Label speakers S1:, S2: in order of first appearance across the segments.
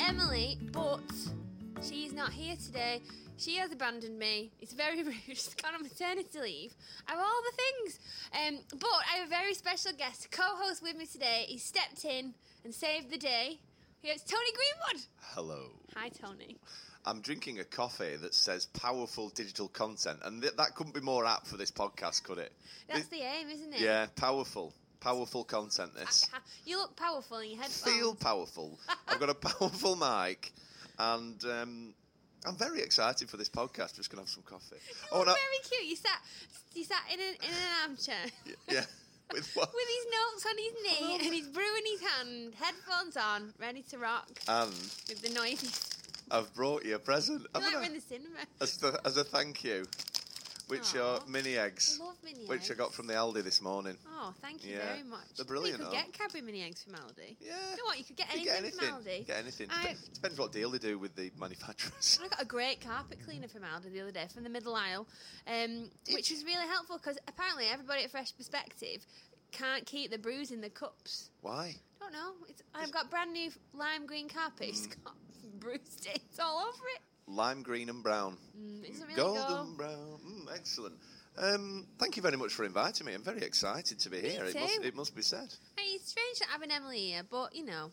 S1: Emily, but she's not here today. She has abandoned me. It's very rude. She's gone on maternity leave. Of all the things. Um, but I have a very special guest, co host with me today. He stepped in and saved the day. It's Tony Greenwood.
S2: Hello.
S1: Hi, Tony.
S2: I'm drinking a coffee that says powerful digital content, and th- that couldn't be more apt for this podcast, could it?
S1: That's the aim, isn't it?
S2: Yeah, powerful. Powerful content, this.
S1: You look powerful in your headphones.
S2: Feel powerful. I've got a powerful mic, and um, I'm very excited for this podcast. just going to have some coffee.
S1: Oh,
S2: and I-
S1: very cute. You sat, you sat in an, in an armchair
S2: yeah. With what?
S1: with his notes on his knee and his brew in his hand, headphones on, ready to rock
S2: and
S1: with the noises.
S2: I've brought you a present.
S1: You
S2: haven't
S1: like
S2: I?
S1: we're in the cinema.
S2: as, the, as a thank you, which
S1: Aw.
S2: are mini eggs,
S1: I love mini
S2: which I got
S1: eggs.
S2: from the Aldi this morning.
S1: Oh, thank you
S2: Yeah.
S1: very much.
S2: They're brilliant,
S1: You could
S2: aren't
S1: get Cadbury mini eggs from Aldi.
S2: Yeah.
S1: You know what? You could get
S2: You
S1: anything,
S2: get anything.
S1: from Aldi.
S2: Get anything.
S1: I-
S2: Dep- Depends what deal they do with the manufacturers.
S1: I got a great carpet cleaner from Aldi the other day from the middle aisle, um, which was really helpful because apparently everybody at Fresh Perspective can't keep the brews in the cups.
S2: Why?
S1: Don't know. It's, I've got brand new lime green carpet. It's
S2: Mm.
S1: got brew stains all over it.
S2: Lime green and brown.
S1: Mm, it doesn't really
S2: Golden
S1: go.
S2: brown. Mm, excellent. Um, thank you very much for inviting me. I'm very excited to be here. It, must,
S1: too.
S2: it must be said.
S1: Hey, it's strange not having Emily here, but you know,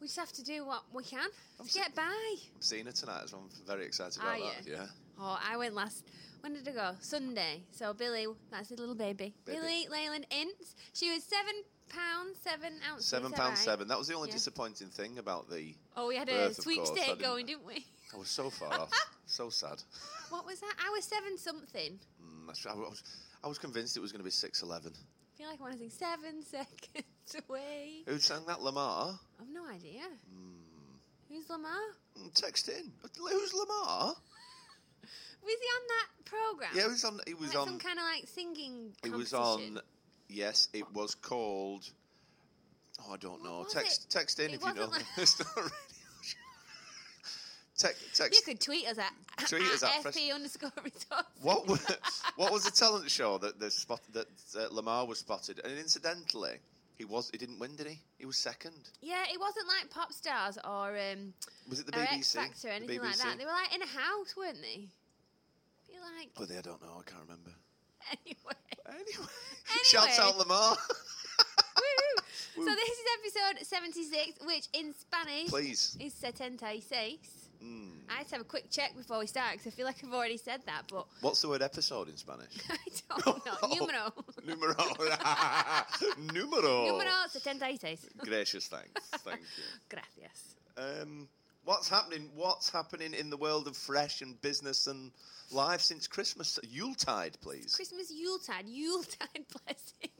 S1: we just have to do what we can to
S2: I'm so-
S1: get by.
S2: I'm seeing her tonight, so I'm very excited
S1: Are
S2: about that.
S1: you?
S2: Yeah.
S1: Oh, I went last. When did I go? Sunday. So Billy, that's his little baby.
S2: Baby.
S1: Billy Leyland Ince. She was seven pounds seven ounces. is
S2: Seven
S1: that
S2: pound
S1: right?
S2: seven. That was the only
S1: Yeah.
S2: disappointing thing about the.
S1: Oh, we had a
S2: Birth, of course, I
S1: sweepstake
S2: didn't-
S1: going, didn't we?
S2: I was so far off. So sad.
S1: What was that? I was seven something.
S2: Mm, that's- I was, I was convinced it was going to be six eleven.
S1: I feel like I want to sing seven seconds away.
S2: Who sang that? Lamar.
S1: I've no idea. Who's Lamar?
S2: Mm, Text in. Who's Lamar?
S1: Was he on that program?
S2: Yeah, he was on. He was
S1: like
S2: on.
S1: some kind of like singing.
S2: It was
S1: competition?
S2: on. Yes, it was called. Oh, I don't know.
S1: was
S2: Text
S1: it?
S2: text in
S1: It
S2: if you know.
S1: wasn't like-
S2: it's not really. text
S1: You
S2: text.
S1: could tweet us at
S2: Tweet us at
S1: FP underscore results.
S2: What was, what was the talent show that the spot that uh, Lamar was spotted? And incidentally, he was he didn't win, did he? He was second.
S1: Yeah, it wasn't like pop stars or um,
S2: Was it the
S1: or
S2: BBC?
S1: X Factor or
S2: The
S1: anything like
S2: BBC?
S1: that. They were like in a house, weren't they? I feel like
S2: Oh, they, I don't know. I can't remember.
S1: anyway.
S2: Anyway, shout out Lamar.
S1: Woo! So this is episode 76, which in Spanish
S2: Please. Mm.
S1: is 76. I had to have a quick check before we start because I feel like I've already said that, but
S2: What's the word episode in Spanish?
S1: I don't know. Numero.
S2: Numero. Numero.
S1: Numero 76.
S2: Gracious thanks. Thank you.
S1: Gracias.
S2: Um, what's happening? What's happening in the world of fresh and business and life since Christmas? Yuletide, please.
S1: Christmas Yuletide. Yuletide blessing.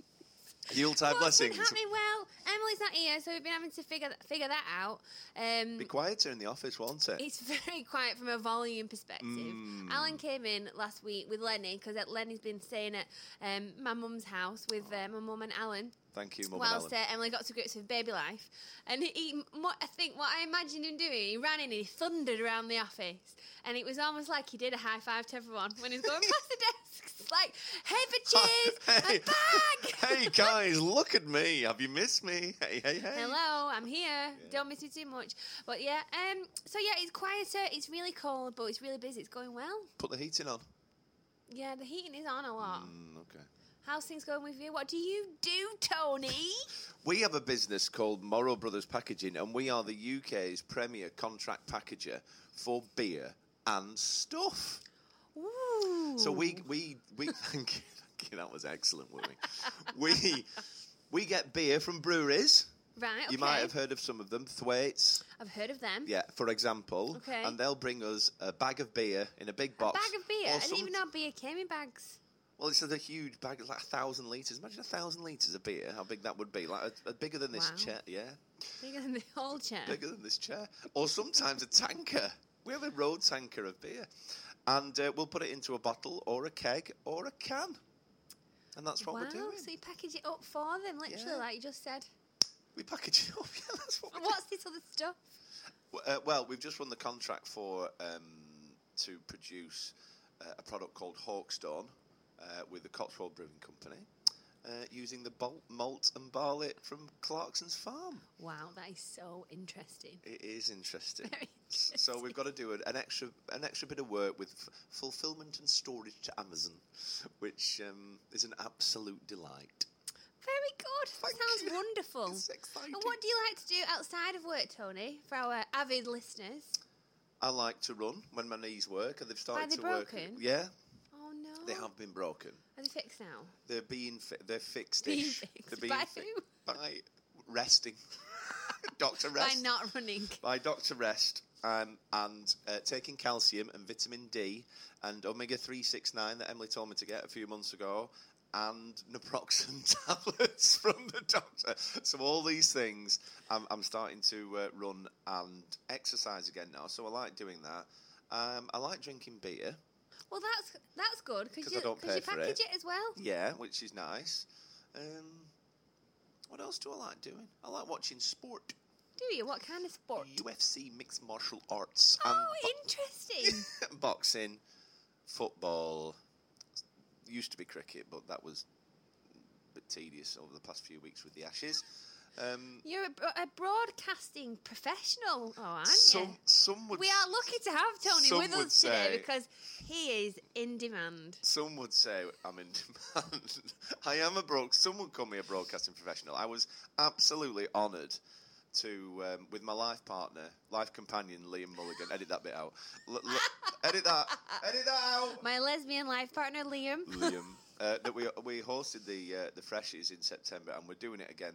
S2: Yuletide
S1: What's been
S2: blessings.
S1: happening? Well, Emily's not here, so we've been having to figure that, figure that out. Um,
S2: Be quieter in the office, won't it?
S1: it's very quiet from a volume perspective.
S2: Mm.
S1: Alan came in last week with Lenny because Lenny's been staying at um, my mum's house with uh, my mum and Alan.
S2: Thank you, Mum and
S1: Whilst
S2: Alan.
S1: uh, Emily got to grips with baby life, and he, he, mo- I think what I imagined him doing, he ran in and he thundered around the office, and it was almost like he did a high five to everyone when he was going past the desks, like "Hey, bitches,
S2: Hey.
S1: I'm back!"
S2: hey guys, look at me. Have you missed me? Hey, hey, hey.
S1: Hello, I'm here. Don't miss me too much. But yeah, um, so yeah, it's quieter. It's really cold, but it's really busy. It's going well.
S2: Put the heating on.
S1: Yeah, the heating is on a lot.
S2: Mm, okay.
S1: How's things going with you? What do you do, Tony?
S2: We have a business called Morrow Brothers Packaging, and we are the UK's premier contract packager for beer and stuff.
S1: Ooh.
S2: So we we we thank you, thank you. That was excellent, Willie. we we get beer from breweries.
S1: right. Okay.
S2: You might have heard of some of them, Thwaites,
S1: I've heard of them.
S2: yeah, for example.
S1: Okay.
S2: And they'll bring us a bag of beer in a big box.
S1: Bag of beer.
S2: or
S1: I didn't
S2: some-
S1: even know beer came in bags.
S2: Well, it's a huge bag, it's like a thousand litres. Imagine a thousand litres of beer, how big that would be. Like a, a bigger than this
S1: Wow.
S2: chair, yeah.
S1: Bigger than the whole chair.
S2: Bigger than this chair. Or sometimes a tanker. We have a road tanker of beer. And uh, we'll put it into a bottle or a keg or a can. And that's what
S1: wow.
S2: we're doing.
S1: So you package it up for them, literally,
S2: Yeah.
S1: like you just said.
S2: We package it up. Yeah, that's what we
S1: And
S2: do.
S1: What's this other stuff?
S2: Uh, well, we've just won the contract for um, to produce uh, a product called Hawkstone uh, with the Cotswold Brewing Company. uh, using the bol- malt and barley from Clarkson's farm.
S1: Wow, that is so interesting.
S2: It is interesting.
S1: Very
S2: S- So we've got to do an, an extra an extra bit of work with f- fulfillment and storage to Amazon, which um, is an absolute delight.
S1: Very good. That
S2: Thank
S1: sounds
S2: you.
S1: wonderful.
S2: It's exciting.
S1: And what do you like to do outside of work, Tony, for our avid listeners?
S2: I like to run when my knees work, and they've started
S1: they
S2: to work.
S1: broken?
S2: Yeah,
S1: Oh no.
S2: they have been broken.
S1: Are they fixed now?
S2: They're being fi- they're fixed.
S1: Being
S2: They're
S1: fixed
S2: being
S1: by
S2: fi-
S1: who?
S2: by resting. Doctor
S1: By
S2: rest.
S1: not running.
S2: by Dr. Rest um, and uh, taking calcium and vitamin D and omega 369 that Emily told me to get a few months ago and naproxen tablets from the doctor. So, all these things, I'm, I'm starting to uh, run and exercise again now. So, I like doing that. Um, I like drinking beer,
S1: Well, that's that's good
S2: 'Cause
S1: because
S2: I
S1: you,
S2: don't
S1: 'cause you
S2: pay for
S1: package
S2: it.
S1: it. as well.
S2: yeah, which is nice. Um, what else do I like doing? I like watching sport,
S1: Do you? What kind of sport?
S2: UFC, mixed martial arts, and
S1: oh, interesting.
S2: boxing, football. Used to be cricket, but that was a bit tedious over the past few weeks with the Ashes. Um,
S1: You're a, bro- a broadcasting professional, oh, aren't
S2: some
S1: you?
S2: some would
S1: We are lucky to have Tony
S2: some
S1: with
S2: would
S1: us today
S2: say-
S1: because he is in demand.
S2: some would say I'm in demand. I am a broad. Some would call me a broadcasting professional. I was absolutely honoured to um, with my life partner, life companion Liam Mulligan. Edit that bit out. L- l- edit that. Edit that out.
S1: My lesbian life partner, Liam.
S2: Liam. Uh, that we we hosted the uh, the freshies in September, and we're doing it again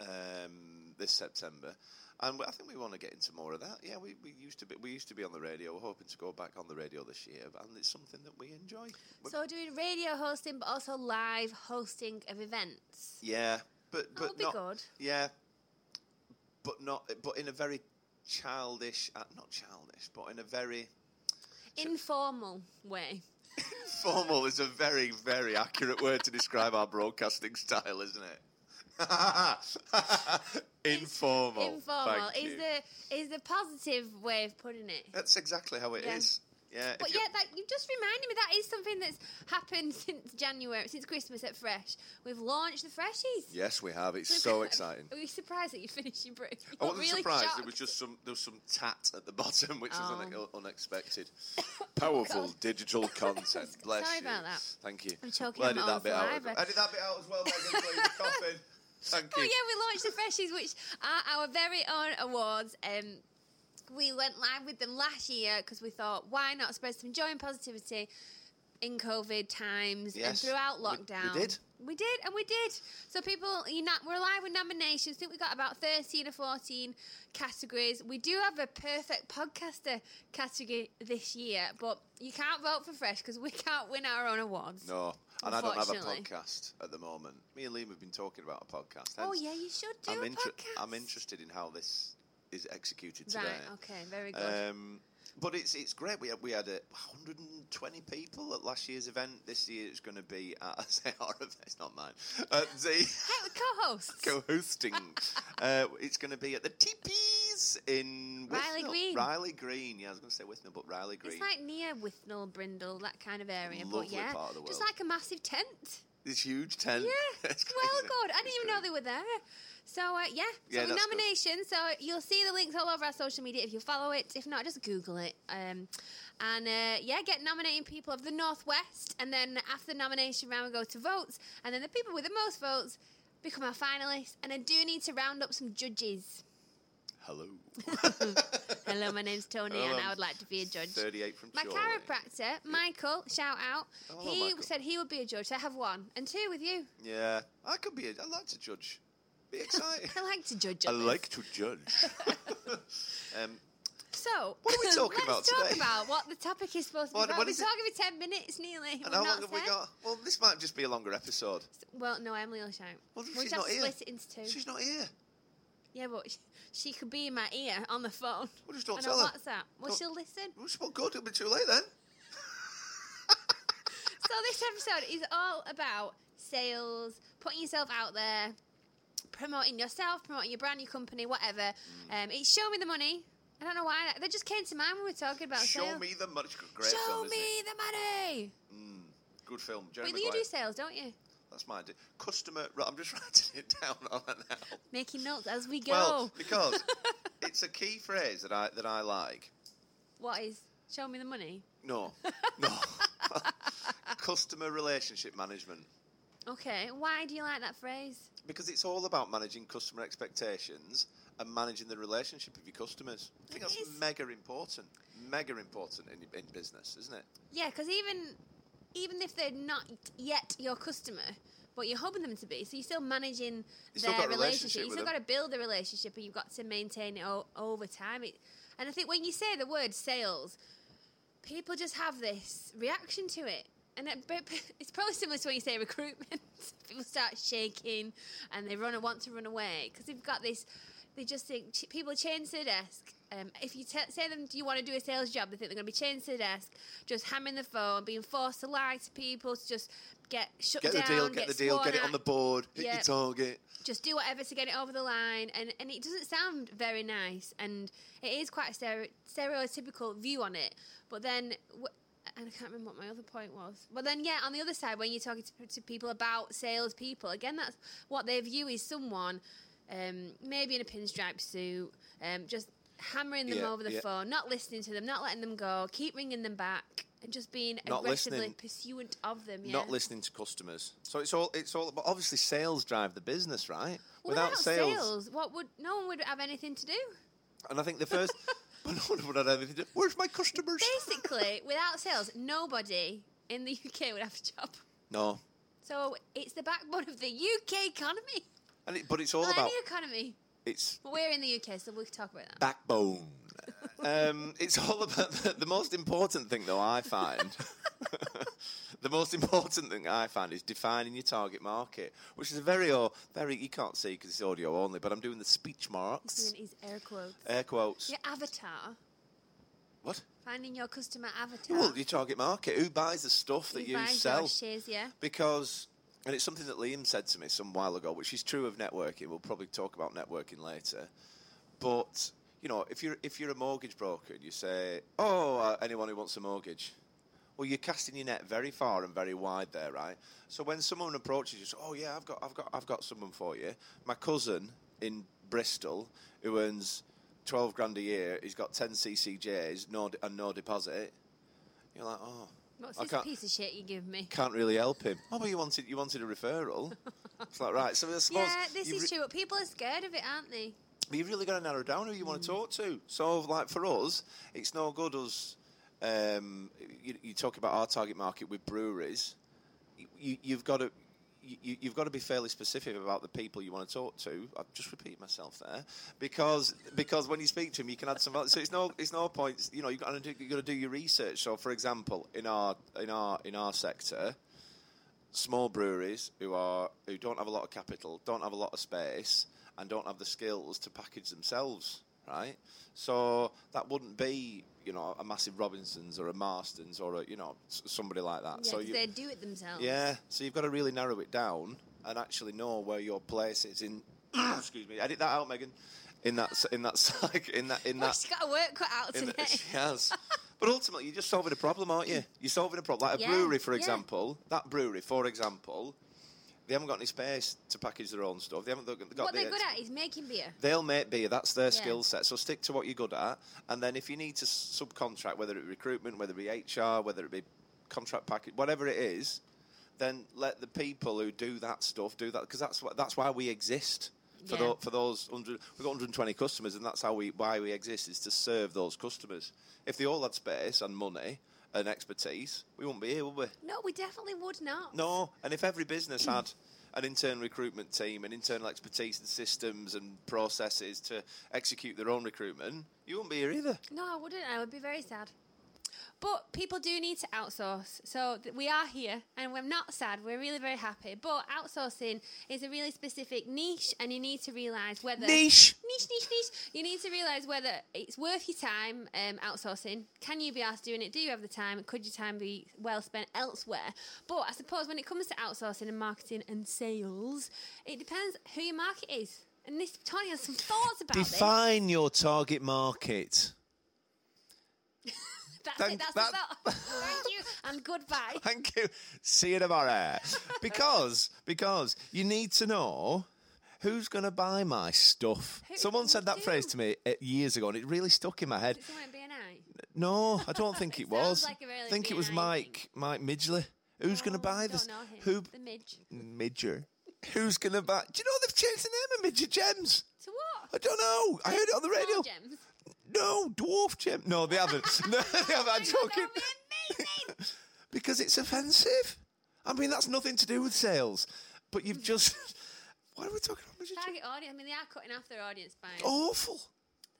S2: um, this September. And we- I think we want to get into more of that. Yeah, we, we used to be we used to be on the radio. We're hoping to go back on the radio this year, and it's something that we enjoy. We-
S1: So doing radio hosting, but also live hosting of events.
S2: yeah, but but
S1: That'll be
S2: not
S1: good.
S2: yeah, but not but in a very childish, uh, not childish, but in a very
S1: Informal way.
S2: Formal is a very, very accurate word to describe our broadcasting style, isn't it? Informal.
S1: Informal
S2: Thank
S1: is
S2: you.
S1: the is the positive way of putting it.
S2: That's exactly how it is.
S1: Yeah.
S2: Yeah.
S1: But
S2: if you-
S1: yeah, that you just reminded me that is something that's happened since January, since Christmas at Fresh. We've launched the Freshies.
S2: Yes, we have. It's so exciting.
S1: Are you surprised that you finished your break?
S2: I wasn't
S1: really
S2: surprised.
S1: Shocked.
S2: There was just some there was some tat at the bottom, which was un-
S1: Oh.
S2: unexpected. Powerful
S1: God.
S2: digital content. Bless
S1: Sorry
S2: you.
S1: about that.
S2: Thank you.
S1: I'm choking
S2: Well,
S1: on
S2: edit
S1: my own
S2: that bit out.
S1: saliva.
S2: Edit that bit out as well, Megan. Please. Coughing. Thank you.
S1: Well, Oh, yeah, we launched the Freshies, which are our very own awards. Um, we went live with them last year because we thought, why not spread some joy and positivity in COVID times and
S2: Yes,
S1: throughout
S2: we- we
S1: lockdown?
S2: did.
S1: We did, and we did. So people, you know, we're live with nominations. I think we got about thirteen or fourteen categories. We do have a perfect podcaster category this year, but you can't vote for Fresh because we can't win our own awards.
S2: No, and I don't have a
S1: Unfortunately.
S2: podcast at the moment. Me and Liam have been talking about a podcast.
S1: Oh
S2: hence
S1: yeah, you should do
S2: I'm,
S1: a
S2: inter-
S1: podcast.
S2: I'm interested in how this is executed today.
S1: Right. Okay. Very good.
S2: Um, but it's it's great. We had, we had uh, 120 people at last year's event. This year it's going to be at, I say our event, it's not mine. At the
S1: Hey, we're co-hosts.
S2: co-hosting, uh, it's going to be at the Teepees in
S1: Riley
S2: Withnall.
S1: Green.
S2: Riley Green. Yeah, I was going to say Withnall, but Riley Green.
S1: It's like near Withnall, Brindle, that kind of area.
S2: Lovely
S1: but yeah,
S2: part of the
S1: just
S2: world.
S1: like a massive tent.
S2: this huge tent.
S1: Yeah,
S2: It's
S1: well,
S2: crazy.
S1: good. I didn't
S2: It's
S1: even
S2: great.
S1: know they were there. So uh, yeah, so
S2: Yeah,
S1: the
S2: that's good.
S1: nominations. So you'll see the links all over our social media if you follow it. If not, just Google it. Um, and uh, yeah, get nominating people of the Northwest, and then after the nomination round, we go to votes, and then the people with the most votes become our finalists. And I do need to round up some judges.
S2: Hello.
S1: Hello, my name's Tony,
S2: Hello,
S1: and
S2: I'm
S1: I would like to be a judge.
S2: 38 from
S1: My
S2: Chorley.
S1: chiropractor, Michael, shout out.
S2: Hello,
S1: he
S2: Oh, Michael.
S1: said he would be a judge. So I have one and two with you.
S2: Yeah, I could be. A, I like to judge. Be exciting.
S1: I like to judge.
S2: I
S1: others.
S2: like to judge. um,
S1: So
S2: What are we talking
S1: let's
S2: about
S1: talk
S2: today?
S1: about what the topic is supposed to be.
S2: What-
S1: about.
S2: what
S1: We're
S2: is it?
S1: talking for ten minutes nearly. We've
S2: and how
S1: not
S2: long have we
S1: said.
S2: got? Well, this might just be a longer episode.
S1: Well, no, Emily will shout.
S2: Well,
S1: we
S2: she's
S1: just have
S2: not
S1: to
S2: here.
S1: split it into two.
S2: She's not here.
S1: Yeah, but she, she could be in my ear on the phone.
S2: Well, just don't
S1: and
S2: tell
S1: on
S2: her.
S1: WhatsApp. Well,
S2: Don't-
S1: she'll listen.
S2: Well, it's not good. It'll be too late then.
S1: So this episode is all about sales, putting yourself out there, promoting yourself, promoting your brand, your company, whatever.
S2: Mm.
S1: Um, it's show me the money. I don't know why that, that just came to mind when we were talking about
S2: Show
S1: sales.
S2: me the money. Great
S1: show
S2: film, isn't
S1: me the money.
S2: it? Mm, good film. Jerry
S1: Wait, you do
S2: Maguire.
S1: sales, don't you?
S2: That's my idea. Customer. Right, I'm just writing it down on it now.
S1: Making notes as we go.
S2: Well, because it's a key phrase that I that I like.
S1: what is? Show me the money.
S2: No, no. Customer relationship management.
S1: Okay. Why do you like that phrase?
S2: Because it's all about managing customer expectations and managing the relationship of your customers. I think
S1: It
S2: that's
S1: is.
S2: mega important. Mega important in, in business, isn't it?
S1: Yeah, because even even if they're not yet your customer, but you're hoping them to be, so you're still managing
S2: You've still
S1: their
S2: got a relationship
S1: relationship.
S2: with
S1: You've still
S2: them.
S1: got to build the relationship, and you've got to maintain it o- over time. It, and I think when you say the word sales, people just have this reaction to it. And it, but- but it's probably similar to when you say recruitment. people start shaking and they run want to run away because they've got this. They just think ch- people chained to the desk. Um, if you te- say them, do you want to do a sales job? They think they're going to be chained to the desk, just hammering the phone, being forced to lie to people to just get shut
S2: Get
S1: down,
S2: the deal, get, the deal,
S1: sworn
S2: get it
S1: at,
S2: on the board, hit
S1: Yeah.
S2: your target.
S1: just do whatever to get it over the line. And, and it doesn't sound very nice. And it is quite a stere- stereotypical view on it. But then, w- and I can't remember what my other point was. But then, yeah, on the other side, when you're talking to, to people about salespeople, again, that's what they view is someone um, maybe in a pinstripe suit, um, just hammering them
S2: Yeah,
S1: over the
S2: yeah.
S1: phone, not listening to them, not letting them go, keep ringing them back, and just being
S2: Not
S1: aggressively
S2: listening.
S1: pursuant of them. Yeah.
S2: Not listening to customers. So it's all it's all but obviously sales drive the business, right?
S1: Well, without, sales, what would no one would have anything to do?
S2: And I think the first but no one would have anything to Where's my customers?
S1: basically, without sales, nobody in the UK would have a job.
S2: No.
S1: So it's the backbone of the UK economy,
S2: And it, but it's all
S1: well,
S2: about
S1: any economy.
S2: it's
S1: But we're in the UK, so we'll talk about that.
S2: backbone. um, it's all about the, the most important thing, though. I find the most important thing I find is defining your target market, which is a very, oh, very you can't see because it's audio only, but I'm doing the speech marks,
S1: Doing his air quotes.
S2: air quotes.
S1: Your avatar,
S2: What?
S1: finding your customer avatar.
S2: Well, your target market. Who buys the stuff that
S1: Uh-huh. Who
S2: you
S1: buys your
S2: sell?
S1: shares, yeah.
S2: because and it's something that Liam said to me some while ago, which is true of networking. We'll probably talk about networking later, but you know, if you're if you're a mortgage broker and you say, "Oh, uh, anyone who wants a mortgage," well, you're casting your net very far and very wide there, right? So when someone approaches you, says, "Oh yeah, I've got I've got I've got someone for you," my cousin in Bristol who earns twelve grand a year, he's got ten CCJs, no d- and no deposit. You're like, oh.
S1: What's
S2: I
S1: this
S2: can't-
S1: piece of shit you give me?
S2: can't really help him. Oh, well, you wanted you wanted a referral. it's like right. So I suppose
S1: Yeah, this
S2: you
S1: is
S2: re-
S1: true. But people are scared of it, aren't they?
S2: but you've really got to narrow down who you
S1: Mm.
S2: want to talk to. So, like for us, it's no good us. Um, you, you talk about our target market with breweries. You, you, you've got to. You, you've got to be fairly specific about the people you want to talk to. I've just repeated myself there, because because when you speak to them, you can add some. value. So it's no it's no point. You know you've got to do, you've got to do your research. So for example, in our in our in our sector, small breweries who are who don't have a lot of capital, don't have a lot of space, and don't have the skills to package themselves, right? So that wouldn't be you know a massive Robinsons or a Marstons or a you know s- somebody like that.
S1: Yeah,
S2: Uh, so
S1: 'cause
S2: you,
S1: they do it themselves.
S2: yeah, so you've got to really narrow it down and actually know where your place is in. excuse me, edit that out, Megan. In that s- in that psych in that in
S1: Well,
S2: that
S1: Oh, she's got a work cut out
S2: in
S1: today.
S2: the- she has. But ultimately, you're just solving a problem, aren't you? You're solving a problem. Like a
S1: Yeah,
S2: brewery, for
S1: yeah.
S2: example. That brewery, for example, they haven't got any space to package their own stuff. They haven't got got
S1: what
S2: the
S1: they're good at is making beer.
S2: They'll make beer. That's their
S1: Yeah.
S2: skill set. So stick to what you're good at, and then if you need to s- subcontract, whether it be recruitment, whether it be HR, whether it be contract package, whatever it is, then let the people who do that stuff do that because that's what that's why we exist. For,
S1: Yeah.
S2: tho- for those 100, we've got 120 customers, and that's how we why we exist is to serve those customers. If they all had space and money and expertise, we wouldn't be here, would we?
S1: No, we definitely would not.
S2: No, and if every business had an internal recruitment team and internal expertise and systems and processes to execute their own recruitment, you wouldn't be here either.
S1: No, I wouldn't. I would be very sad. But people do need to outsource. So th- we are here and we're not sad. We're really very happy. But outsourcing is a really specific niche and you need to realise whether.
S2: Niche.
S1: Niche, niche, niche. You need to realise whether it's worth your time um, outsourcing. Can you be asked doing it? Do you have the time? Could your time be well spent elsewhere? But I suppose when it comes to outsourcing and marketing and sales, it depends who your market is. And this Tony has some thoughts about this.
S2: Define your target market.
S1: That's it.
S2: Thank-
S1: That's
S2: that-
S1: the bell. Thank you and goodbye.
S2: Thank you. See you tomorrow. Because because you need to know who's going to buy my stuff.
S1: Who-
S2: Someone
S1: who
S2: said that
S1: do?
S2: phrase to me uh, years ago, and it really stuck in my head.
S1: Did someone be an eye?
S2: No, I don't think it,
S1: It sounds
S2: was.
S1: like a really
S2: I think it was
S1: benign
S2: Mike Mike Midgley. Who's going to buy this?
S1: Oh, Don't know him. The
S2: Who
S1: midge.
S2: Midger? Who's going to buy? Do you know they've changed the name of Midger Gems?
S1: To what?
S2: I don't know. I heard it on the radio.
S1: Small gems.
S2: No, dwarf gem. No, they haven't. No, they haven't. I'm
S1: Oh my God,
S2: joking.
S1: that would be amazing.
S2: because it's offensive. I mean, that's nothing to do with sales. But you've just. Why are we talking about Midger Gems?
S1: Target audience. I mean, they are cutting off their audience by.
S2: Awful.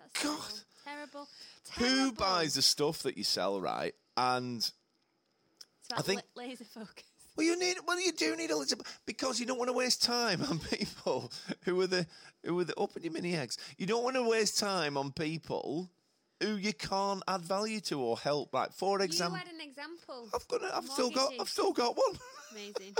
S1: That's
S2: Oh, God.
S1: Terrible. terrible.
S2: Who buys the stuff that you sell, right? And
S1: It's about
S2: I think-
S1: la- laser focus.
S2: Well, you need. Well, you do need a little because you don't want to waste time on people who are the who are the open your mini eggs. You don't want to waste time on people who you can't add value to or help. Like for
S1: You
S2: example,
S1: had an example.
S2: I've got. A, I've still got.
S1: Mortgages.
S2: I've still got one.
S1: Amazing.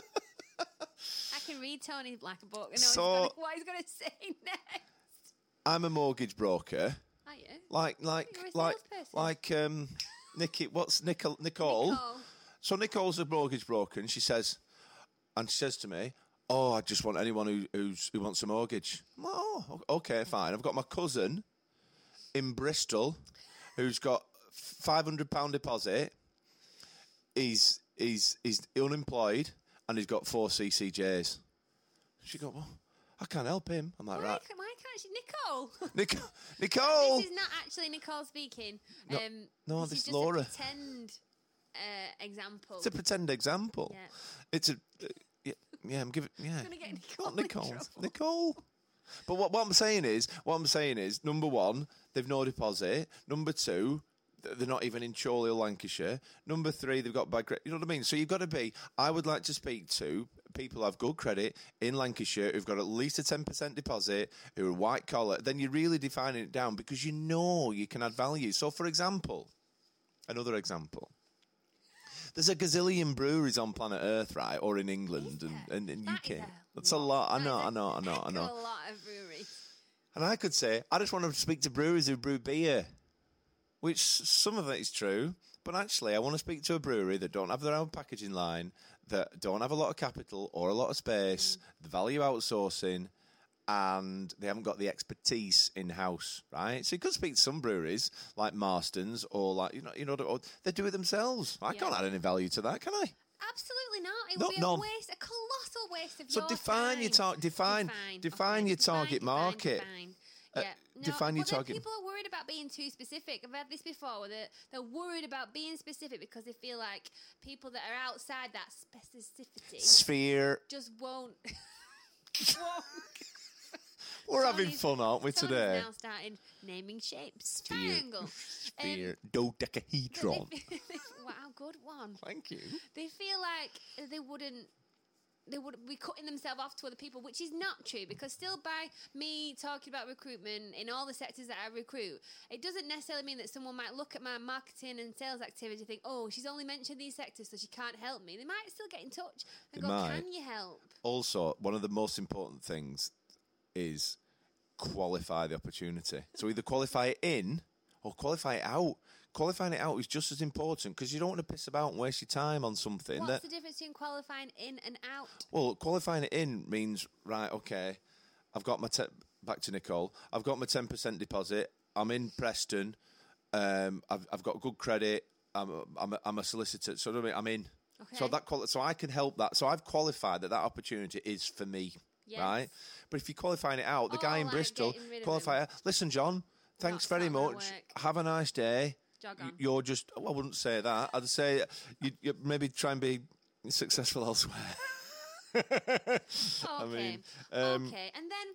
S1: I can read Tony like a book. I know
S2: So-
S1: he's gonna, what he's going to say next.
S2: I'm a mortgage broker.
S1: Are you?
S2: Like like
S1: You're a
S2: like
S1: salesperson.
S2: like um, Nikki. What's Nicole? Nicole.
S1: Nicole.
S2: So Nicole's a mortgage broker, and she says, and she says to me, "Oh, I just want anyone who who's, who wants a mortgage." I'm like, oh, o- okay, fine. I've got my cousin in Bristol who's got five hundred pound deposit. He's he's he's unemployed and he's got four CCJs. She go, well, I can't help him. I'm like,
S1: Why,
S2: right,
S1: ca- why can't she? Nicole.
S2: Nic- Nicole.
S1: This is not actually Nicole speaking.
S2: No-
S1: um,
S2: no,
S1: this
S2: this
S1: is just
S2: Laura.
S1: A pretend uh, example.
S2: It's a pretend example.
S1: Yeah.
S2: It's a uh, yeah, yeah. I'm giving yeah.
S1: gonna get Nicole
S2: Not
S1: in
S2: Nicole.
S1: trouble.
S2: Nicole. But what, what I'm saying is, what I'm saying is, number one, they've no deposit. Number two, th- they're not even in Chorley or Lancashire. Number three, they've got bad credit. You know what I mean? So you've got to be. I would like to speak to people who have good credit in Lancashire who've got at least a ten percent deposit, who are white collar. Then you're really defining it down because you know you can add value. So, for example, another example. There's a gazillion breweries on planet Earth, right, or in England and,
S1: there?
S2: and, and
S1: That
S2: UK.
S1: is a
S2: That's a lot. I know,
S1: That
S2: I
S1: is
S2: know, I know, I
S1: a
S2: know.
S1: lot of breweries.
S2: And I could say, I just want to speak to brewers who brew beer, which s- some of it is true, but actually, I want to speak to a brewery that don't have their own packaging line, that don't have a lot of capital or a lot of space, the value outsourcing, and they haven't got the expertise in house, right? So you could speak to some breweries like Marston's or like you know, you know, or they do it themselves. I can't
S1: Yeah.
S2: add any value to that, can I?
S1: Absolutely not. It
S2: No,
S1: would be
S2: no.
S1: a waste, a colossal waste of
S2: So
S1: your
S2: define your
S1: time.
S2: tar- define- define your target market.
S1: Define.
S2: Uh,
S1: Yeah. No,
S2: define your
S1: but then
S2: target-
S1: People are worried about being too specific. I've had this before. Where they're, they're worried about being specific because they feel like people that are outside that specificity
S2: Sphere.
S1: just won't.
S2: We're having
S1: Tony's-
S2: fun, aren't we
S1: Someone's
S2: today?
S1: now started naming shapes.
S2: Sphere.
S1: Triangle.
S2: Sphere.
S1: Um,
S2: Dodecahedron.
S1: wow, good one.
S2: Thank you.
S1: they feel like they wouldn't they would be cutting themselves off to other people, which is not true because still by me talking about recruitment in all the sectors that I recruit, it doesn't necessarily mean that someone might look at my marketing and sales activity and think, oh, she's only mentioned these sectors, so she can't help me. They might still get in touch and go,
S2: They might.
S1: can you help?
S2: Also, one of the most important things is qualify the opportunity. So either qualify it in or qualify it out. Qualifying it out is just as important because you don't want to piss about and waste your time on something
S1: What's
S2: that
S1: the difference between qualifying in and out?
S2: Well, qualifying it in means right. Okay, I've got my te- back to Nicole. I've got my ten percent deposit. I'm in Preston. Um, I've, I've got good credit. I'm a, I'm a, I'm a solicitor. So I mean, I'm in. So
S1: Okay.
S2: that quali- so I can help that. So I've qualified that that opportunity is for me,
S1: Yes.
S2: right? But if you're qualifying it out, the guy
S1: Oh,
S2: in
S1: like
S2: Bristol
S1: getting rid of
S2: qualifier. Listen, John. Thanks
S1: it's
S2: very
S1: not gonna
S2: much.
S1: work.
S2: Have a nice day.
S1: Jog
S2: Y-
S1: on.
S2: You're just. oh, I wouldn't say that. I'd say you, you maybe try and be successful elsewhere.
S1: Okay.
S2: mean, um,
S1: okay. And then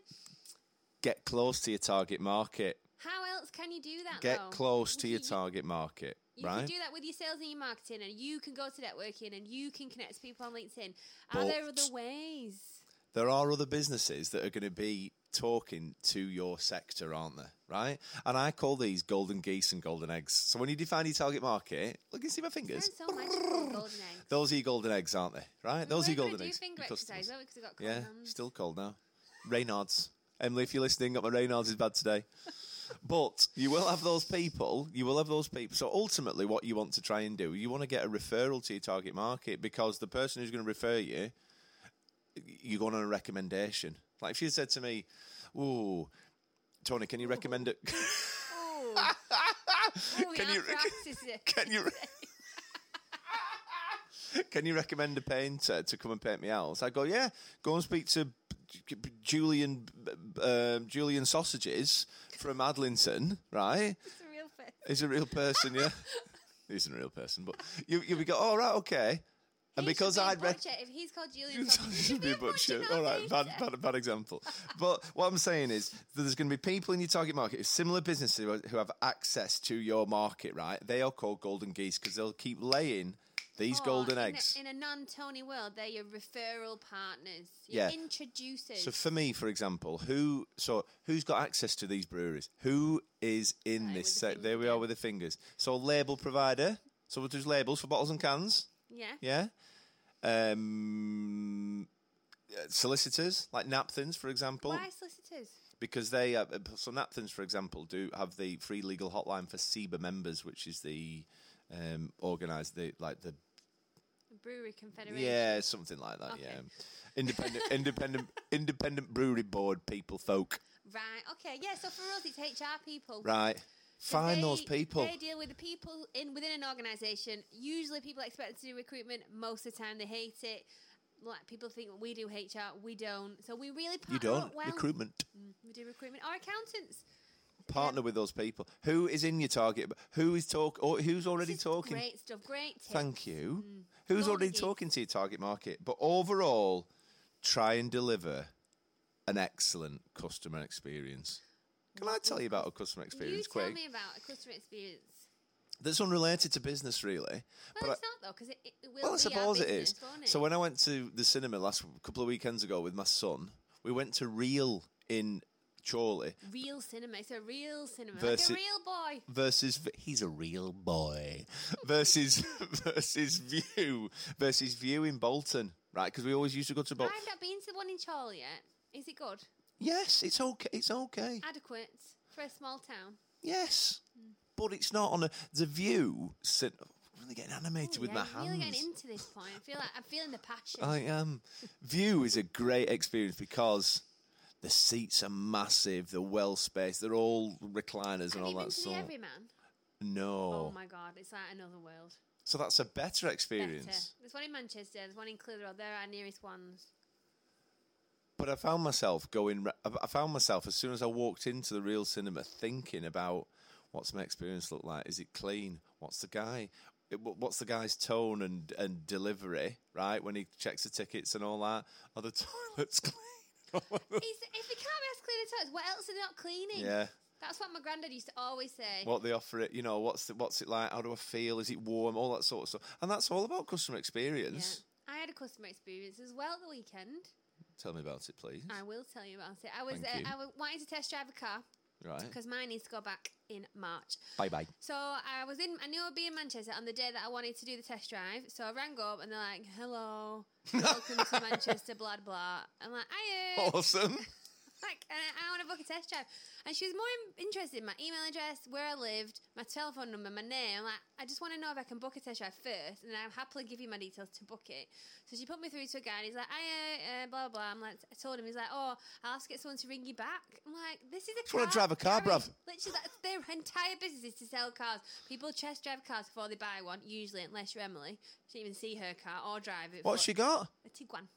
S2: get close to your target market.
S1: how else can you do that
S2: Get
S1: though?
S2: close to your
S1: Oh, You-
S2: target market,
S1: You can
S2: right?
S1: do that with your sales and your marketing, and you can go to networking, and you can connect to people on LinkedIn. Are
S2: But-
S1: there other ways?
S2: There are other businesses that are going to be talking to your sector, aren't there? Right? And I call these golden geese and golden eggs. So when you define your target market, look and see my fingers.
S1: Sounds so magical, golden eggs.
S2: Those are your golden eggs, aren't they? Right? Those are
S1: We're
S2: your
S1: gonna
S2: golden
S1: do
S2: eggs.
S1: finger
S2: Your
S1: exercise,
S2: customers.
S1: weren't we? 'Cause we got cold
S2: Yeah,
S1: hands.
S2: still cold now. Reynards. Emily, if you're listening, got my Reynards is bad today. But you will have those people. You will have those people. So ultimately, what you want to try and do, you want to get a referral to your target market because the person who's going to refer you, you're going on a recommendation. Like if you said to me, "Ooh, Tony, can you recommend it?
S1: Oh, we
S2: Can
S1: are
S2: you-
S1: practicing.
S2: Can you?" Can you recommend a painter to come and paint me else? I go, yeah. Go and speak to Julian um, Julian Sausages from Adlington, right?
S1: It's a real face.
S2: He's a real person, yeah. he isn't a real person, but you you go, all right, okay. And
S1: He should
S2: because
S1: be a
S2: I'd rec-
S1: butcher. if he's called Julian,
S2: It
S1: Saunders, he
S2: should be a butcher.
S1: not
S2: All right,
S1: me.
S2: bad, bad, bad example. But what I'm saying is that there's going to be people in your target market, similar businesses who are- who have access to your market, right? They are called golden geese because they'll keep laying these
S1: Or
S2: golden
S1: Oh, in a-
S2: eggs.
S1: in a non-Tony world, they're your referral partners,
S2: Yeah.
S1: your introducers.
S2: so for me, for example, who so who's got access to these breweries? Who is in
S1: Right,
S2: this?
S1: with the
S2: sec-
S1: fingers
S2: there we are with the fingers. So label provider. So we'll do labels for bottles and cans.
S1: yeah.
S2: Yeah. Um, uh, solicitors, like napthins, for example,
S1: Why solicitors?
S2: because they uh, uh, so napthins, for example, do have the free legal hotline for SEBA members, which is the um, organised the like the
S1: The Brewery Confederation.
S2: yeah something like that
S1: Okay.
S2: yeah independent independent independent brewery board people folk
S1: Right. Okay. Yeah. So for us, it's HR people.
S2: right
S1: 'Cause
S2: find those
S1: they-
S2: people
S1: They deal with the people in within an organisation. Usually, people expect to do recruitment. Most of the time, they hate it. Like people think we do HR, we don't. So we really partner
S2: you don't
S1: up well.
S2: recruitment
S1: We do recruitment. Our accountants.
S2: partner with those people who is in your target who is talk or who's already
S1: This is
S2: talking
S1: Great stuff. Great tips.
S2: Thank you.
S1: Mm.
S2: Who's
S1: Golden
S2: already
S1: geese.
S2: talking to your target market? But overall, try and deliver an excellent customer experience. Can I tell you about a customer
S1: you
S2: experience
S1: tell
S2: quick?
S1: me about a customer experience.
S2: That's unrelated to business, really.
S1: Well,
S2: but
S1: it's not though, because it, it will
S2: I, well, I
S1: be
S2: suppose
S1: our
S2: it is.
S1: business, won't
S2: So when I went to the cinema last couple of weekends ago with my son, we went to Reel in Chorley
S1: real cinema, it's a real cinema,
S2: Versus-
S1: like a real boy.
S2: versus he's a real boy versus versus View versus View in Bolton, right? Because we always used to go to Bolton.
S1: I've not been to the one in Chorley yet. Is it good?
S2: Yes, it's okay. It's okay.
S1: Adequate for a small town.
S2: Yes, but it's not on a, the view. Sit, I'm really getting animated
S1: Oh,
S2: with
S1: yeah,
S2: my
S1: I'm really getting
S2: hands.
S1: into this point. I feel like I'm feeling the passion.
S2: I am. View is a great experience because the seats are massive. They're well spaced. They're all recliners
S1: Have
S2: and all
S1: you been
S2: that
S1: to the
S2: sort.
S1: Everyman?
S2: No,
S1: Oh. my god, it's like another world.
S2: so that's a better experience.
S1: Better. There's one in Manchester. There's one in Clitheroe. They're our nearest ones.
S2: But I found myself going. ra- I- I found myself as soon as I walked into the real cinema, thinking about what's my experience look like. Is it clean? What's the guy? it- wh- What's the guy's tone and and delivery? Right when he checks the tickets and all that. Are the toilets clean?
S1: It's, if they can't be as clean as toilets, what else are they not cleaning?
S2: yeah.
S1: That's what my granddad used to always say.
S2: What they offer it, you know, what's the, what's it like? How do I feel? Is it warm? All that sort of stuff, and that's all about customer
S1: Yeah.
S2: experience.
S1: I had a customer experience as well at the weekend.
S2: Tell me about it, please.
S1: I will tell you about it. I was
S2: Thank
S1: uh,
S2: you.
S1: I wa- wanted to test drive a car
S2: right,
S1: because mine needs to go back in March.
S2: bye bye.
S1: So I was in. I knew I'd be in Manchester on the day that I wanted to do the test drive. So I rang up and they're like, "Hello, welcome to Manchester." Blah blah, blah. I'm like, "Hiya."
S2: Oh, Awesome.
S1: Like, I, I want to book a test drive. And she was more in- interested in my email address, where I lived, my telephone number, my name. I'm like, I just want to know if I can book a test drive first, and then I'll happily give you my details to book it. So she put me through to a guy, and he's like, I, uh, uh, blah, blah, blah. I'm like, I told him, he's like, oh, I'll have to get someone to ring you back. I'm like, this is a
S2: Just
S1: car.
S2: wanna drive a car,
S1: garage.
S2: bruv.
S1: Literally, that's their entire business is to sell cars. People test drive cars before they buy one, usually, unless you're Emily. She didn't even see her car or drive it.
S2: What's
S1: but-
S2: she got?
S1: A Tiguan.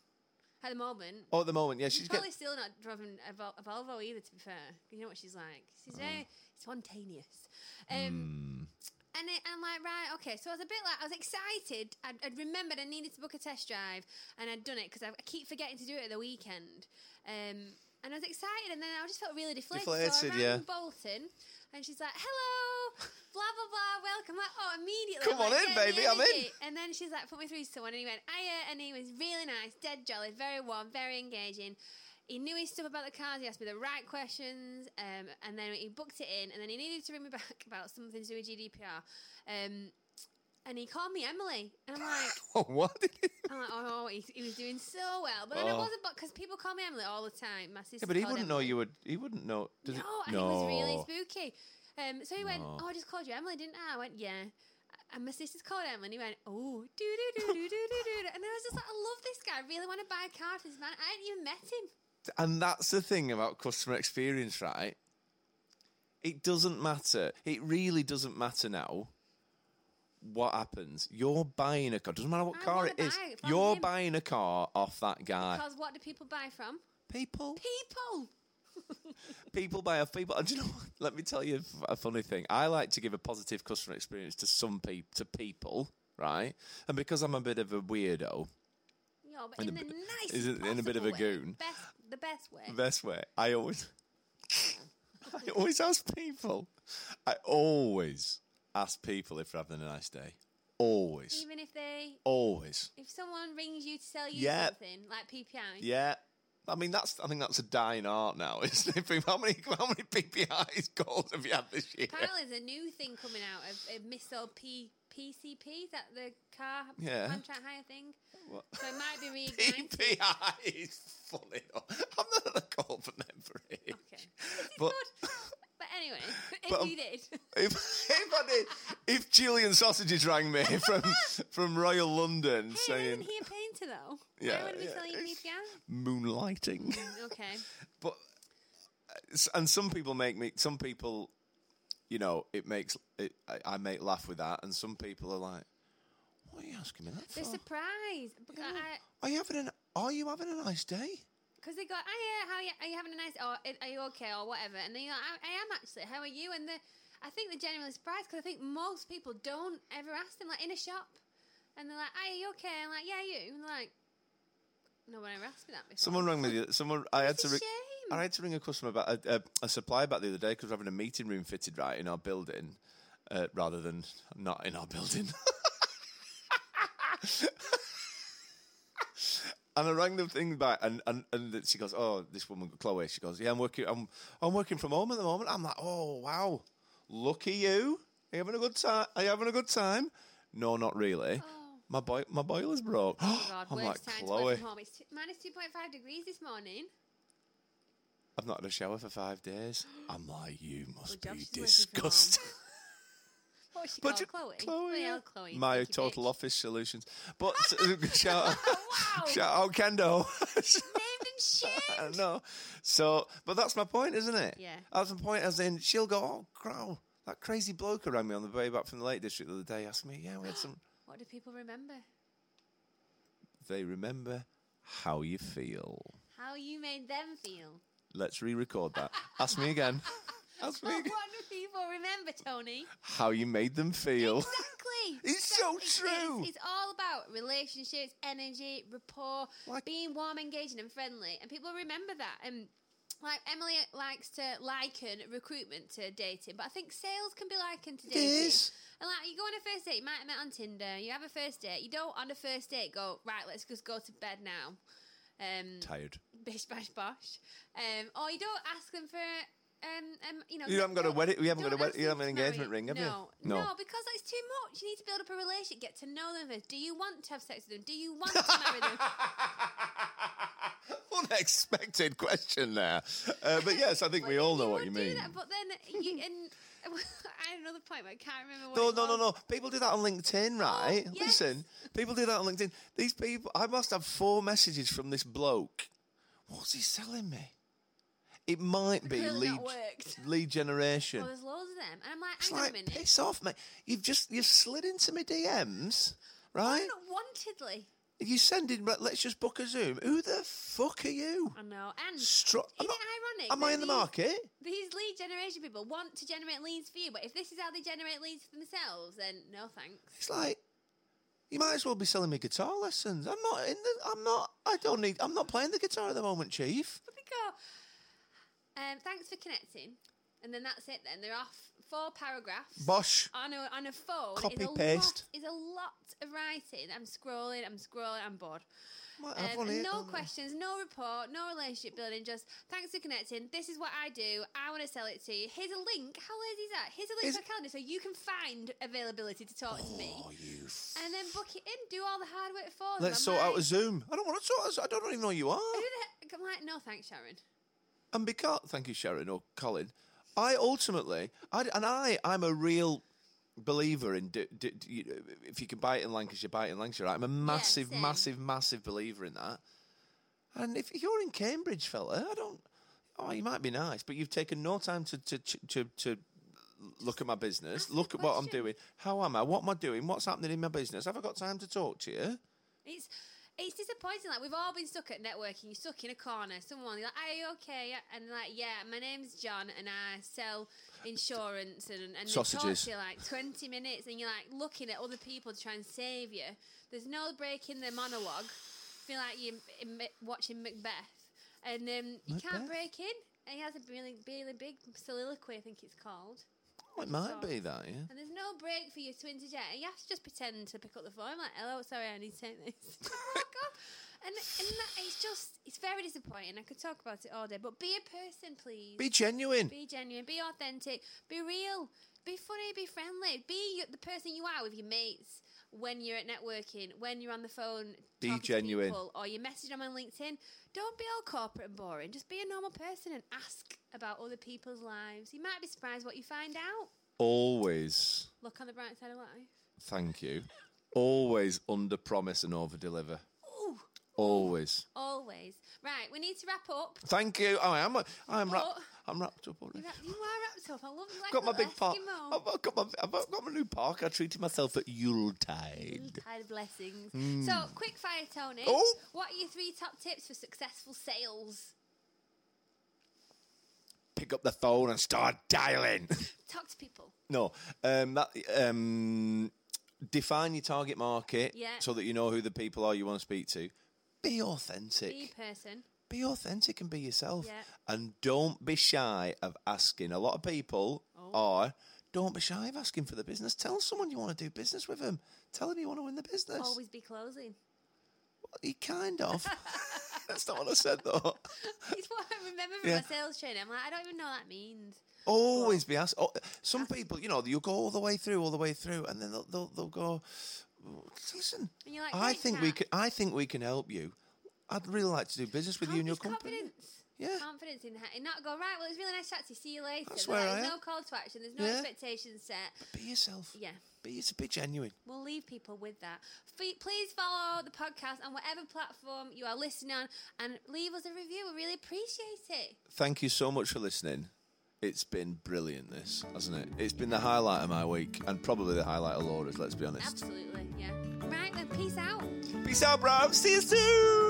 S1: At the moment,
S2: Oh, at the moment, yeah, she's
S1: She's
S2: getting.
S1: probably still not driving a, Vol- a Volvo either. To be fair, you know what she's like. She's
S2: Mm.
S1: very spontaneous. Um,
S2: Mm.
S1: And it, I'm like, right, okay. So I was a bit like, I was excited. I'd, I'd remembered I needed to book a test drive, and I'd done it because I, I keep forgetting to do it at the weekend. Um, and I was excited, and then I just felt really deflated. so I
S2: Deflated,
S1: rang
S2: yeah.
S1: Bolton, and she's like, "Hello, blah blah blah, welcome." I'm like, oh, immediately,
S2: Come
S1: I'm like,
S2: on in,
S1: getting the
S2: baby, I'm in.
S1: energy. And then she's like, put me through to someone, and he went, Aya, and he was really nice, dead jolly, very warm, very engaging. He knew his stuff about the cars. He asked me the right questions, um, and then he booked it in. And then he needed to ring me back about something to do with GDPR. Um, and he called me Emily, and I'm like,
S2: Oh, what?
S1: I'm like oh, he, he was doing so well. But then it
S2: Oh.
S1: wasn't because people call me Emily all the time. My sister.
S2: yeah, but he
S1: called
S2: wouldn't know
S1: Emily.
S2: you would. He wouldn't know.
S1: no,
S2: Does he?
S1: and it was really
S2: No.
S1: spooky. Um, so he went,
S2: No.
S1: "Oh, I just called you Emily, didn't I?" I went, "Yeah." Uh, And my sister's called Emily, and he went, "Oh, do do do do do do do," and I was just like, "I love this guy. I really want to buy a car for this man. I hadn't even met him."
S2: And that's the thing about customer experience, right? It doesn't matter. It really doesn't matter now what happens. You're buying a car. Doesn't matter what
S1: I
S2: car
S1: wanna
S2: it is.
S1: buy it from
S2: You're
S1: him.
S2: buying a car off that guy.
S1: Because what do people buy from?
S2: People,
S1: People.
S2: people buy off people. And do you know what? Let me tell you f- a funny thing. I like to give a positive customer experience to some people, to people, right? And because I'm a bit of a weirdo,
S1: Yeah, but
S2: In
S1: in,
S2: a
S1: the
S2: bit-
S1: nicest
S2: is it in a bit of
S1: possible
S2: a
S1: way.
S2: goon?
S1: Best, the best way.
S2: best way. I always, I always ask people. I always ask people if they're having a nice day. Always,
S1: Even if they,
S2: always.
S1: if someone rings you to sell you
S2: Yeah.
S1: something like PPI,
S2: Yeah. I mean, that's. I think that's a dying art now, isn't it? Think How many how many PPIs goals have you had this year?
S1: apparently there's a new thing coming out of, of missile P. PCP, is that the car
S2: Yeah.
S1: contract hire thing?
S2: What?
S1: So it might be reignited.
S2: PPI is funny. I'm not on a call for them for it.
S1: Okay.
S2: But
S1: But anyway, if
S2: But, um,
S1: you did,
S2: if if, I did, if Julian Sausages rang me from from Royal London
S1: hey, I
S2: saying
S1: wasn't here painter though.
S2: Yeah,
S1: I would be
S2: yeah.
S1: selling PPI.
S2: moonlighting.
S1: Okay.
S2: but uh, s- and some people make me some people you know it makes it, I, I make laugh with that and some people are like what are you asking me that
S1: They're
S2: for
S1: surprised because I,
S2: are you having an are you having a nice day
S1: Because they go, "Hiya, how are you, are you having a nice, or are you okay, or whatever?" And then you're like, I, "I am actually. How are you?" And the, I think they're genuinely surprised because I think most people don't ever ask them, like in a shop, and they're like, "Oh, "Are you okay?" I'm like, "Yeah, you." And they're like, "No one ever asked me that before."
S2: someone rang me the- someone I had
S1: It's
S2: to
S1: a
S2: ri-
S1: shame. Oh
S2: I had to ring a customer about a, a, a supplier back the other day because we're having a meeting room fitted right in our building uh, rather than not in our building And I rang the thing back, and, and, and she goes, "Oh, this woman, Chloe." She goes, "Yeah, I'm working. I'm I'm working from home at the moment." I'm like, "Oh, wow, lucky you. Are you having a good time? Are you having a good time?" No, not really. My boy, my boiler's broke.
S1: Oh God,
S2: I'm like
S1: worst time to
S2: Chloe.
S1: work from home. It's t- minus two point five degrees this morning.
S2: I've not had a shower for five days. I'm like, you must
S1: Well, Josh
S2: be
S1: is working from
S2: disgusted.
S1: What was she
S2: But
S1: called,
S2: you-
S1: Chloe?
S2: Chloe,
S1: Bloody
S2: yeah.
S1: hell, Chloe,
S2: My
S1: thank you,
S2: total
S1: bitch. Oh,
S2: office solutions. But shout, out,
S1: Wow.
S2: shout out Kendo.
S1: Named and shamed.
S2: I don't know. So, but that's my point, isn't it?
S1: Yeah.
S2: That's my point. As in, she'll go, oh, crow, that crazy bloke who rang me on the way back from the Lake District the other day asked me, yeah, we had some.
S1: What do people remember?
S2: they remember how you feel.
S1: How you made them feel?
S2: Let's re record that. Ask me again. Ask me
S1: What
S2: again.
S1: do people remember, Tony?
S2: How you made them feel.
S1: Exactly.
S2: It's so
S1: It's-
S2: true.
S1: It's, it's all about relationships, energy, rapport,
S2: Like-
S1: being warm, engaging, and friendly. And people remember that. And like Emily likes to liken recruitment to dating, but I think sales can be likened to dating.
S2: is.
S1: And like you go on a first date, you might have met on Tinder. You have a first date. You don't on a first date go right. Let's just go to bed now. Um,
S2: Tired.
S1: bish bash bosh. Um, or you don't ask them for. Um, um, you know,
S2: You haven't got a
S1: don't-
S2: wedding- you haven't got a
S1: don't
S2: wed-
S1: ask
S2: you
S1: them
S2: haven't an
S1: to marry.
S2: engagement ring, have you?
S1: no,
S2: No.
S1: no, because that's too much. You need to build up a relationship, get to know them first. Do you want to have sex with them? Do you want to marry them?
S2: Unexpected question there. Uh, but yes, I think we all know what
S1: would
S2: you
S1: do
S2: mean.
S1: That, but then you and I had another point, but I can't remember. What
S2: No,
S1: it
S2: no, no,
S1: was.
S2: no. People do that on LinkedIn, right?
S1: Oh, yes.
S2: Listen, people do that on LinkedIn. These people, I must have four messages from this bloke. What's he selling me? It might be
S1: Clearly
S2: lead,
S1: not worked.
S2: lead generation.
S1: Well, Oh, there's loads of them, and I'm like,
S2: it's
S1: hang on a
S2: like,
S1: minute,
S2: piss off, mate. You've just you've slid into my DMs, right?
S1: unwantedly.
S2: You send in, right, let's just book a Zoom. Who the fuck are you?
S1: I know, and
S2: Stro-
S1: Isn't
S2: am I-
S1: it ironic
S2: Am I
S1: that
S2: in the
S1: these-
S2: market?
S1: these lead generation people want to generate leads for you, but if this is how they generate leads for themselves, then no thanks.
S2: It's like you might as well be selling me guitar lessons. I'm not in the. I'm not. I don't need. I'm not playing the guitar at the moment, Chief.
S1: But they go, um, thanks for connecting. and then that's it. Then they're off four paragraphs.
S2: Bosh.
S1: on a, on a phone
S2: Copy
S1: is a
S2: paste.
S1: lot is a lot of writing. I'm scrolling, I'm scrolling, I'm bored.
S2: Might
S1: Um,
S2: have one
S1: and
S2: here,
S1: no
S2: don't we?
S1: questions, no report, no relationship building. Just thanks for connecting. This is what I do. I want to sell it to you. Here's a link. How lazy is that? Here's a link
S2: Is-
S1: to my calendar so you can find availability to talk to me,
S2: Oh, you. F-
S1: and then book it in. Do all the hard work for them.
S2: Let's
S1: I'm
S2: sort out a
S1: like,
S2: Zoom. I don't want to sort. out a- I don't even know who you are.
S1: who the heck- I'm like, no, thanks, Sharon.
S2: and because thank you sharon or colin i ultimately I, and i i'm a real believer in d- d- d- you know, if you can buy it in lancashire buy it in lancashire right? i'm a massive
S1: same.
S2: massive massive believer in that and if you're in cambridge fella i don't oh you might be nice but you've taken no time to to to, to, to Look at my business.
S1: the
S2: Look at what I'm
S1: question.
S2: doing. How am I? What am I doing? What's happening in my business? Have I got time to talk to you?
S1: It's it's disappointing. Like we've all been stuck at networking. You're stuck in a corner. Someone like, "Are you okay?" And they're like, "Yeah, my name's John, and I sell insurance and and they talk
S2: Sausages.
S1: to you like twenty minutes, and you're like looking at other people to try and save you. There's no break in the monologue. Feel like you're in, Ma- watching Macbeth, and um, you
S2: Macbeth?
S1: can't break in. And he has a really, really big soliloquy, I think it's called.
S2: Oh, it might be that, yeah.
S1: And there's no break for you to interject. You have to just pretend to pick up the phone, like, hello, sorry, I need to take this. Fuck off. And, and that, it's just, it's very disappointing. I could talk about it all day, but be a person, please.
S2: Be genuine.
S1: Be genuine, be authentic, be real, be funny, be friendly, be you- the person you are with your mates when you're at networking, when you're on the phone.
S2: Be
S1: talking to
S2: genuine.
S1: people, or you message them on LinkedIn. Don't be all corporate and boring. Just be a normal person and ask about other people's lives. You might be surprised what you find out.
S2: Always.
S1: Look on the bright side of life.
S2: Thank you. Always under promise and over deliver.
S1: Ooh,
S2: Always.
S1: always. Right, we need to wrap up.
S2: Thank you. Oh, I am. I'm wrapped.
S1: What?
S2: I'm wrapped up already.
S1: You wrap- You are Oh. wrapped up. I love you. Like
S2: Got my
S1: little
S2: big Oh. park.
S1: Eskimo.
S2: I've I've got my. I've got my new park. I treated myself at Yuletide.
S1: Tide of blessings. So, quick fire, Tony.
S2: Hmm. Oh.
S1: What are your three top tips for successful sales?
S2: Pick up the phone and start dialing.
S1: Talk to people.
S2: no, um, that um, define your target market
S1: Yeah.
S2: so that you know who the people are you want to speak to. Be authentic.
S1: Be a person.
S2: be authentic and be yourself
S1: Yeah.
S2: and don't be shy of asking a lot of people
S1: Oh.
S2: are don't be shy of asking for the business tell someone you want to do business with them tell them you want to win the business
S1: Always be closing.
S2: you kind of that's not what i said though
S1: It's what I remember from
S2: Yeah.
S1: my sales training. I'm like, I don't even know what that means.
S2: always be asked oh, some people you know you'll go all the way through all the way through and then they'll, they'll, they'll go listen
S1: And you're like,
S2: i
S1: "Great
S2: think we
S1: chat."
S2: can i think we can help you i'd really like to do business with you and your
S1: Confidence,
S2: company
S1: Confidence.
S2: Yeah.
S1: Confidence in that. And not go, right, well, it's really nice chat to you. See you later.
S2: That's
S1: They're like,
S2: where I
S1: there's
S2: am.
S1: no call to action. There's no
S2: Yeah.
S1: expectations set.
S2: be yourself
S1: Yeah.
S2: be, it's a bit genuine
S1: We'll leave people with that. Fe- Please follow the podcast on whatever platform you are listening on and leave us a review. We really appreciate it.
S2: thank you so much for listening. It's been brilliant, this, hasn't it? It's been the highlight of my week and probably the highlight of Laura's, let's be honest.
S1: Absolutely, yeah. Right, then, peace out.
S2: Peace out, bro. See you soon.